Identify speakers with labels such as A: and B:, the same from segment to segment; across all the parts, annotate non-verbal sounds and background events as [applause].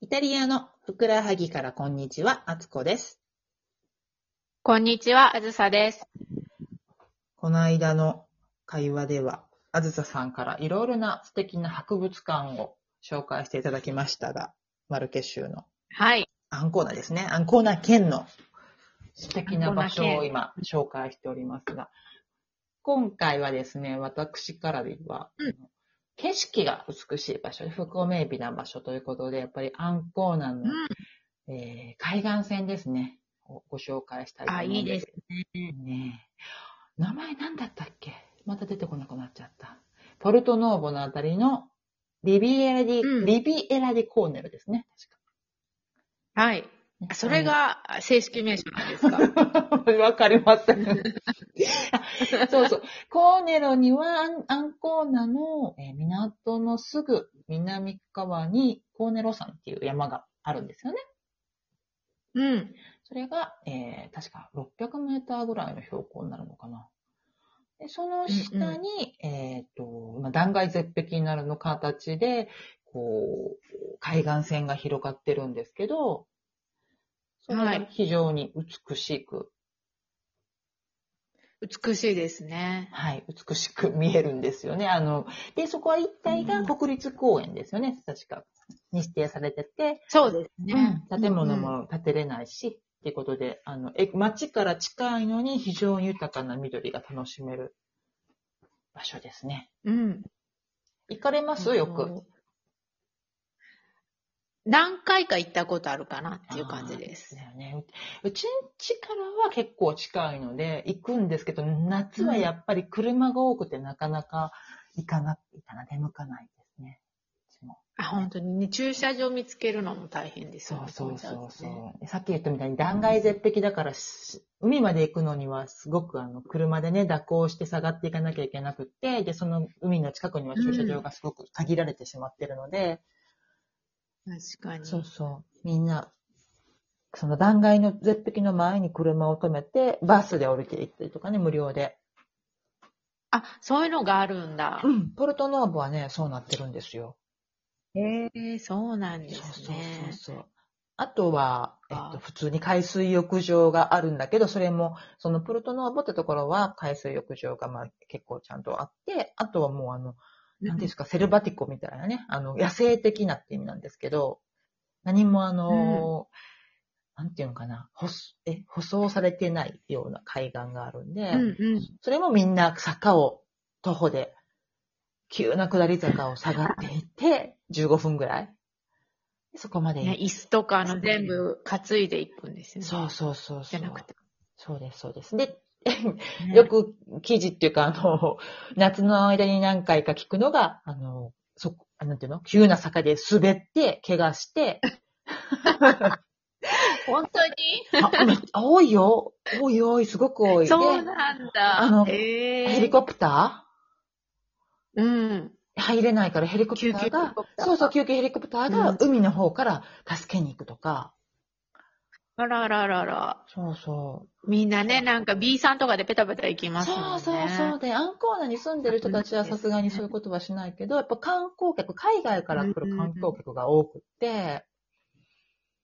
A: イタリアのふくらはぎからこんにちは、あつこです。
B: こんにちは、あずさです。
A: この間の会話では、あずささんからいろいろな素敵な博物館を紹介していただきましたが、マルケ州の
B: はい。
A: アンコーナですね。アンコーナ県の素敵な場所
B: アンコーナ
A: を
B: 県
A: 今紹介しておりますが、今回はですね、私からでは、景色が美しい場所で、風光明媚な場所ということで、やっぱりアンコーナの、えー海岸線ですね、をご紹介したいと思
B: あ、
A: います。
B: いいです
A: ね
B: ね。
A: え名前なんだったっけまた出てこなくなっちゃった。ポルトノーボのあたりのリビエラディ、
B: うん
A: リビエラディコーネルですね。
B: はい。
A: 確か
B: それ、が正式名称なんですか
A: [laughs] わかりませ
B: [laughs]
A: ん。あそうそう。コーネロにはアンアンコーナのえー港のすぐ南側にコーネロ山っていう山があるんですよね。
B: うん。
A: それが、えー確か600メーターぐらいの標高になるのかな。でその下に、えっ、と、まあ、断崖絶壁になるの形で、こう、海岸線が広がってるんですけど、それ
B: は
A: が
B: い
A: 非常に美しく、
B: 美しいですね。
A: はい、美しく見えるんですよね。あの、で、そこは一帯が国立公園ですよね、確か。に指定されてて、
B: そうですね。
A: うん建物も建てれないし、っていうことで、あの、え、街から近いのに非常に豊かな緑が楽しめる場所ですね。
B: うん。うん。
A: 行かれますよく。。
B: 何回か行ったことあるかなっていう感じです。
A: だよね。ううちんちからは結構近いので、行くんですけど、夏はやっぱり車が多くてなかなか行かな、行かな、出向かないですね。うちも
B: あ、本当にね、駐車場見つけるのも大変ですよ
A: そう
B: ね。
A: そうそう
B: 混んじゃうしね
A: そう。さっき言ったみたいに断崖絶壁だからし、海まで行くのにはすごくあの、車でね、蛇行して下がっていかなきゃいけなくって、で、その海の近くには駐車場がすごく限られてしまってるので、
B: 確かに。
A: そうそう。みんな、その断崖の絶壁の前に車を止めて、バスで降りていったりとかね、無料で。
B: あ、そういうのがあるんだ。
A: うん。ポルトノーボはね、そうなってるんですよ。
B: へえ、そうなんで
A: そう
B: す
A: そうそう
B: ね。
A: そう。あとは、えっ
B: あ
A: と、普通に海水浴場があるんだけど、それも、そのプルトノーボってところは海水浴場がまあ結構ちゃんとあって、あとはもうあの、なんていうんですか、セルバティコみたいなね、あの、野生的なって意味なんですけど、何もあの、なんていうのかな、舗装え舗装されてないような海岸があるんで、
B: うんうん。
A: それもみんな坂を徒歩で、急な下り坂を下がっていって、15分ぐらい。そこまで行
B: ね
A: っ、
B: 椅子とかあの全部担いでいくんです
A: て。
B: ね。
A: そうそうそうそう。
B: じゃなくて。
A: そうです、そうです。で、 [laughs] よく記事っていうか、あの、夏の間に何回か聞くのが、あの、そこ、あなんていうの急な坂で滑って、怪我して、
B: 本当
A: あ、め多いよ。多い多い、すごく多い。
B: にそうなん
A: あの
B: だ。
A: で
B: へ
A: ヘリコプタ
B: プうん。
A: ー入れないからヘリコプタ
B: 救急ヘ
A: ー
B: リ
A: が
B: コプター。
A: そうそう、救急ヘリコプター
B: う
A: が
B: ん
A: 海の方から助けに行くとか。
B: あらあらあらあら。
A: そうそ
B: みんなね、なんか B さんとかでペタペタ行き
A: う。
B: ますもん
A: そ
B: ね。
A: うそうそう。で、アンコーナに住んでる人たちはさすがにそういうことはしないけど、やっぱ観光客、海外から来る観光客が多くて、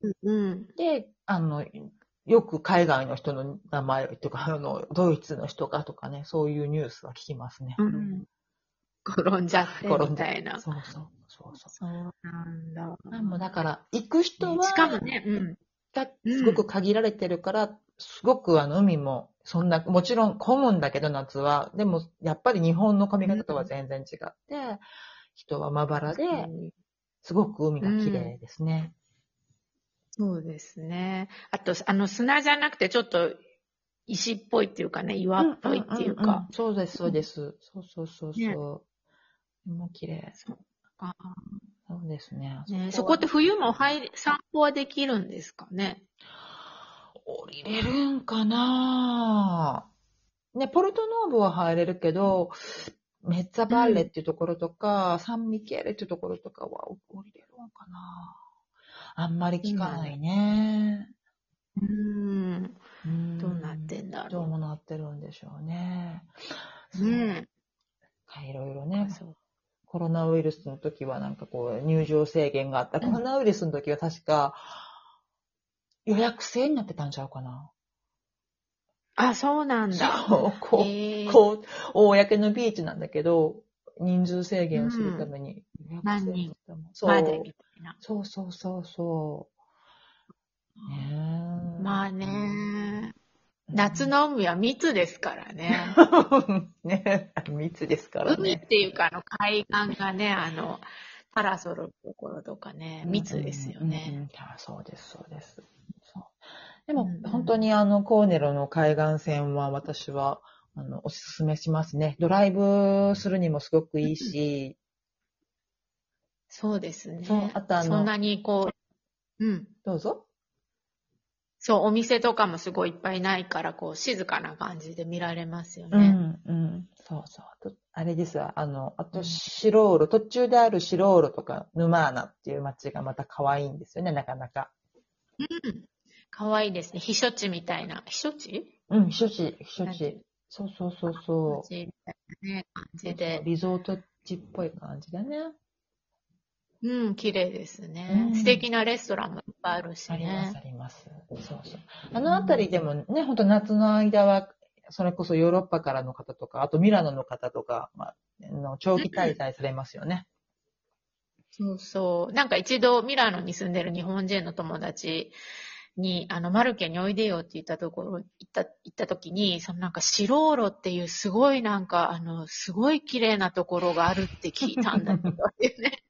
B: うんうん。
A: で、あの、よく海外の人の名前とか、あの、ドイツの人かとかね、そういうニュースは聞きますね。
B: うん。転んじゃってみたいな。
A: そうそう、そうそ
B: そうなんだ。
A: う。あもうだから、行く人は、
B: しかもね、うん。
A: が
B: うん
A: すごく限られてるから、すごくあの海も、そんな、もちろん混むんだけど夏は、でもやっぱり日本の髪型とは全然違って、人はまばらで、すごく海が綺麗ですね。
B: そうですね。あと、あの砂じゃなくてちょっと石っぽいっていうかね、岩っぽいっていう
A: うんうんうん
B: か。。
A: そうです、そうです。そうそうそう
B: ね
A: そう。もう綺麗。
B: あー
A: そうですね。
B: ね、
A: あ
B: そ
A: は
B: こって冬も入り散歩はできるんですかね。
A: 降りれるんかなね、ポルトノーボは入れるけど、メッツァバーレっていうところとか、サンミケーレっていうところとかは降りれるんかなあんまり聞かないね。
B: うーん。
A: うん
B: どうなってんだ
A: ど
B: ろ
A: うなってるんでしょうね。
B: う。うん。
A: いろいろね、
B: そう
A: コロナウウイルスの時はなんかこう入場制限があった。コロナウイルスの時は確か予約制になってたんちゃうかな。
B: あ、そうなんだ。
A: そう、こう、
B: へえ
A: こう、公のビーチなんだけど、人数制限をするために予約制になってたもん。そう
B: までみたいな。
A: そうそうそうそう。ねえ
B: まあ。ね、夏の海は密ですからね。
A: [laughs] ね、密ですから
B: 海っ
A: ね。
B: ていうか、あの、海岸がね、あの、パラソルのところとかね、密ですよ
A: うんうん
B: ね。
A: うん。あそうです、そうです。そうでも、
B: うんうん
A: 本当にあの、コーネロの海岸線は私は、あの、おすすめしますね。ドライブするにもすごくいいし、
B: そうですね。
A: そうあとあの
B: そんなにこう、うん。
A: どうぞ。
B: そう、お店とかもすごいいっぱいないから、こう、静かな感じで見られますよ
A: う
B: ね。
A: ん、うん。そうそう。あとあれですわ。あの、あ
B: う
A: と、
B: ん
A: 白ロ途中である白ロとか、沼穴っていう街がまた可愛いんですよね、なかなか。
B: かわいいですね。避暑地みたいな。避暑地
A: うん、避暑地、避暑
B: なん
A: 地。そうそうそうそ
B: 避暑
A: う。
B: 地みたいなね、感じで。
A: リゾート地っぽい感じだね。
B: うん、綺麗ですね、
A: うん
B: 素敵なレストランもいっぱいあるし
A: あります、
B: ね
A: あ。ります。そうそう。あのあたりでもね、本当夏の間は、それこそヨーロッパからの方とか、あとミラノの方とか、まあ、あの長期滞在されますよね。
B: そうそう。なんか一度ミラノに住んでる日本人の友達に、あの、マルケにおいでよって言ったところ、行った、行った時に、そのなんかシローロっていうすごいなんか、あの、すごい綺麗なところがあるって聞いたんだけど、っていうね。 [laughs]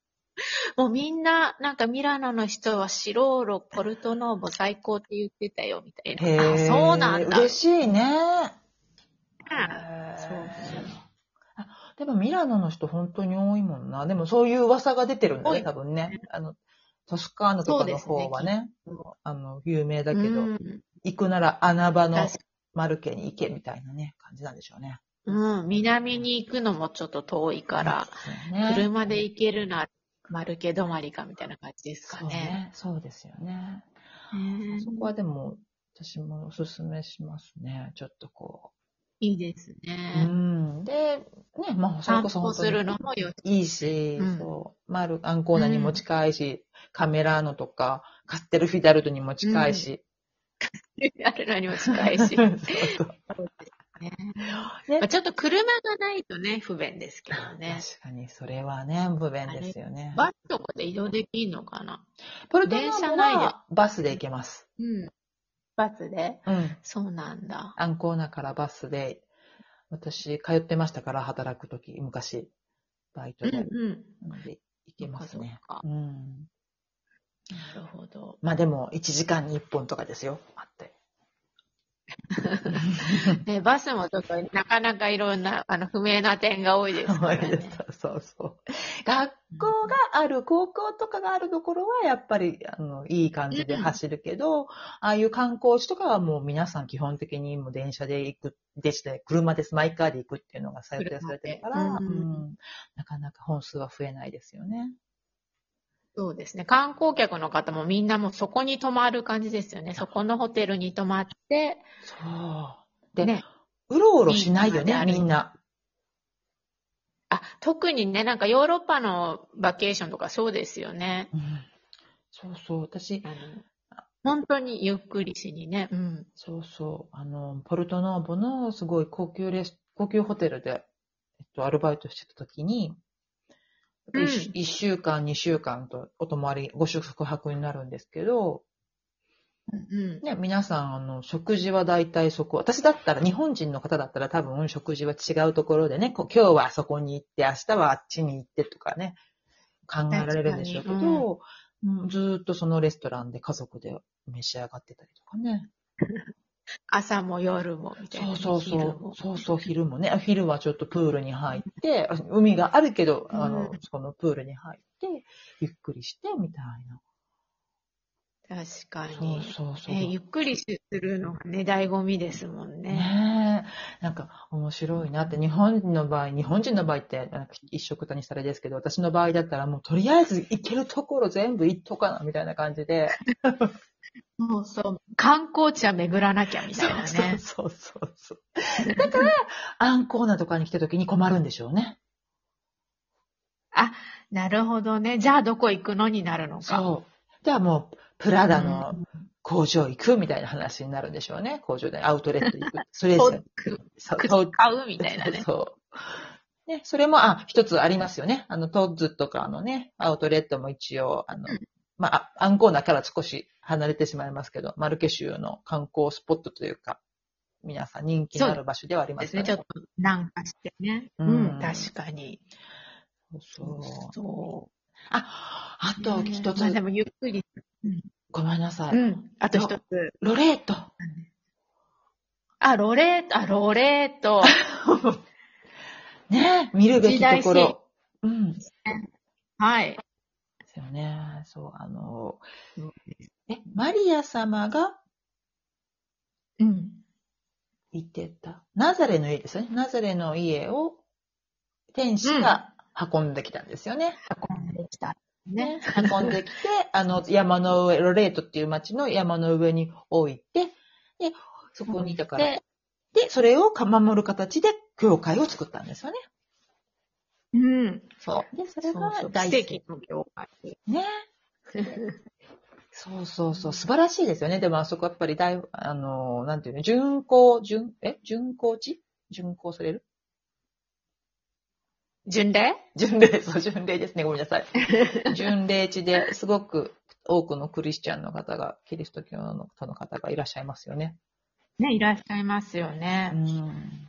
B: もうみんな、なんかミラノの人はシローロ、ポルトノーボ最高って言ってたよ、みたい
A: へ
B: な。
A: ー
B: あ、そうなんだ。
A: 嬉しいね。
B: そうそう
A: あでもミラノの人本当に多いもんな。でもそういう噂が出てるんだね、
B: 多い
A: 多分ね。あの、トスカーナとかの方はね、あの、有名だけど、
B: うん
A: 行くなら穴場の
B: 確か
A: マルケに行けみたいなね、感じなんでしょうね。
B: うん、南に行くのもちょっと遠いから、
A: そうね
B: 車で行けるなら、丸け止まりかみたいな感じですか
A: そう
B: ね。
A: ね。そうですよね。
B: ね
A: そこはでも、私もおすすめしますね。ちょっとこ
B: いいです
A: う。
B: ね。
A: うん。で、ね、まあ、それ
B: 散
A: こそ
B: 歩
A: 本当
B: す
A: に
B: るのもよし。
A: いいし、
B: うん
A: そう、まあ、アンコーナにも近いし、カメラーノとか、カステルフィダルドにも近いし。
B: あるのにも近い
A: [laughs]
B: し。
A: そ
B: ね
A: うそう
B: まあちょっと車がないとね、不便ですけどね。
A: 確かに、それはね、不便ですよね。
B: バスとかで移動できるのかな
A: ポルトガ
B: 電車
A: ル
B: ないで
A: はバスで行けます。
B: うん。バスで
A: うん。
B: そうなんだ。
A: アンコーナからバスで、私、通ってましたから、働くとき、昔、バイ
B: う
A: ト
B: ん
A: で。
B: うん。
A: なので、行けますね。
B: そっか
A: う
B: そっか
A: ん。
B: なるほど。
A: まあでも、1時間に1本とかですよ、あって。
B: ね、バスもちょっとなかなかいろんなあの不明な点が多いですからね。
A: [laughs] そうそう。学校がある、高校とかがあるところは、やっぱり、あの、いい感じで走るけど、ああいう観光地とかはもう皆さん基本的にもう電車で行く、でして、車です、マイカーで行くっていうのが最定されてるから、
B: 車でうん
A: うんなかなか本数は増えないですよね。
B: そうですね。観光客の方もみんなもうそこに泊まる感じですよね。そこのホテルに泊まって、
A: そう。で、
B: ね。
A: うろうろしないよ
B: いい
A: ね、
B: 感じ
A: みんな。
B: あ、特にね、なんかヨーロッパのバケーションとかそうですよね。
A: うんそうそう。私
B: あ、の本当にゆっくりしにね。うん。
A: そうそう。あの、ポルトノーボのすごい高級レス、高級ホテルで、えっと、アルバイトしてた時に、
B: うん
A: 一一週間、二週間とお泊まり、ご宿泊になるんですけど、
B: うん。
A: ね、皆さん、あの、食事は大体そこ、私だったら、日本人の方だったら多分食事は違うところでね、こう今日はあそこに行って、明日はあっちに行ってとかね、考えられるんでしょうけ
B: 確かに
A: ど、うんずーっとそのレストランで家族で召し上がってたりとかね。
B: 朝も夜もみたい
A: そ
B: な。
A: うそうそ
B: 昼
A: う
B: も。
A: そうそう、昼もね。昼はちょっとプールに入って、あ海があるけど、あの
B: う、
A: そのプールに入って、ゆっくりして、みたいな。
B: 確か
A: そう
B: に。
A: そうそう。
B: ね、ゆっくりするのがね、醍醐味ですもんね。
A: ねえ。なんか面白いなって、日本人の場合、日本人の場合って、なんか一緒くたにしたらですけど、私の場合だったらもうとりあえず行けるところ全部行っとかな、みたいな感じで。
B: そうそう。観光地は巡らなきゃみたいなね。
A: [laughs] そうそうそう。だから、アンコーナーとかに来た時に困るんでしょうね。
B: なるほどね。じゃあどこ行くのになるのか。
A: そう。ではもう、プラダの
B: うん
A: 工場行くみたいな話になるんでしょうね。工場でアウトレット行く。 [laughs] それ
B: そう
A: で
B: 靴買うみたいなね。
A: そう。ね、それも、あ、一つありますよね。あの、トッズとかのね、アウトレットも一応、あの、まあ、あアンコーナーから少し離れてしまいますけど、マルケ州の観光スポットというか、皆さん人気のある場所ではありま
B: です
A: す
B: ね。
A: よ
B: ちょっ
A: ね
B: と。難化してね。
A: う
B: うんん、確かに。
A: そう
B: そ
A: あ、あ
B: う。
A: と
B: ね
A: 一つ
B: まあ、でもゆっくり。
A: ごめんなさい。
B: うん。あと一つ。
A: ロレート。
B: あ、ロレート、あ、ロレート。
A: [laughs] ね、見るべきとこ
B: 一大シーン
A: ろ。うん。で
B: はい。
A: すよね。そう、あの、え、マリア様が
B: うん。
A: 言ってた。ナザレの家ですね。ナザレの家を天使が運んできたんですよね。
B: 運んできた。
A: ね
B: ね。。
A: 運んできて、あの、山の上、ロレートっていう町の山の上に置いて、で、そこにいたから。で
B: で、
A: それを守る形で教会を作ったんですよね。
B: うん。
A: そう。で、そ
B: そ
A: れ
B: うそ
A: が
B: う。
A: 大
B: 奇
A: 成功。
B: 跡の業界。
A: ね。そうそうそう。素晴らしいですよね。でもあそこやっぱり大、あの、なんていうの、巡行、巡、え巡行地巡行される
B: 巡礼
A: 巡礼、そう、巡礼ですね。ごめんな
B: [laughs]
A: さい。巡礼地ですごく多くのクリスチャンの方が、キリスト教の方の方がいらっしゃいますよね。
B: ね、いらっしゃいますよね。
A: ん。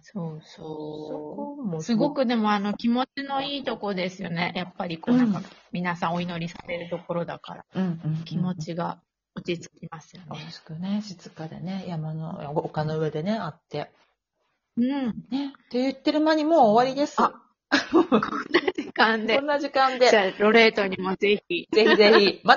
B: そう
A: そ
B: そ
A: こも
B: う。すご
A: く、
B: くでもあの気持ちのいいとこですよね。やっぱりこうなんか皆さんお祈りされるところだから
A: うんうん、
B: 気持。ちが落ち着きますよ
A: 落
B: ね。
A: ち着くね、静かでね、山の、丘の上でね、あって。
B: うん。
A: ね。って言ってる間にもう終わりです。
B: あこんな時間で
A: こん。な時間
B: じ
A: で、
B: ゃあロレートにもぜひ [laughs]
A: ぜひぜひ、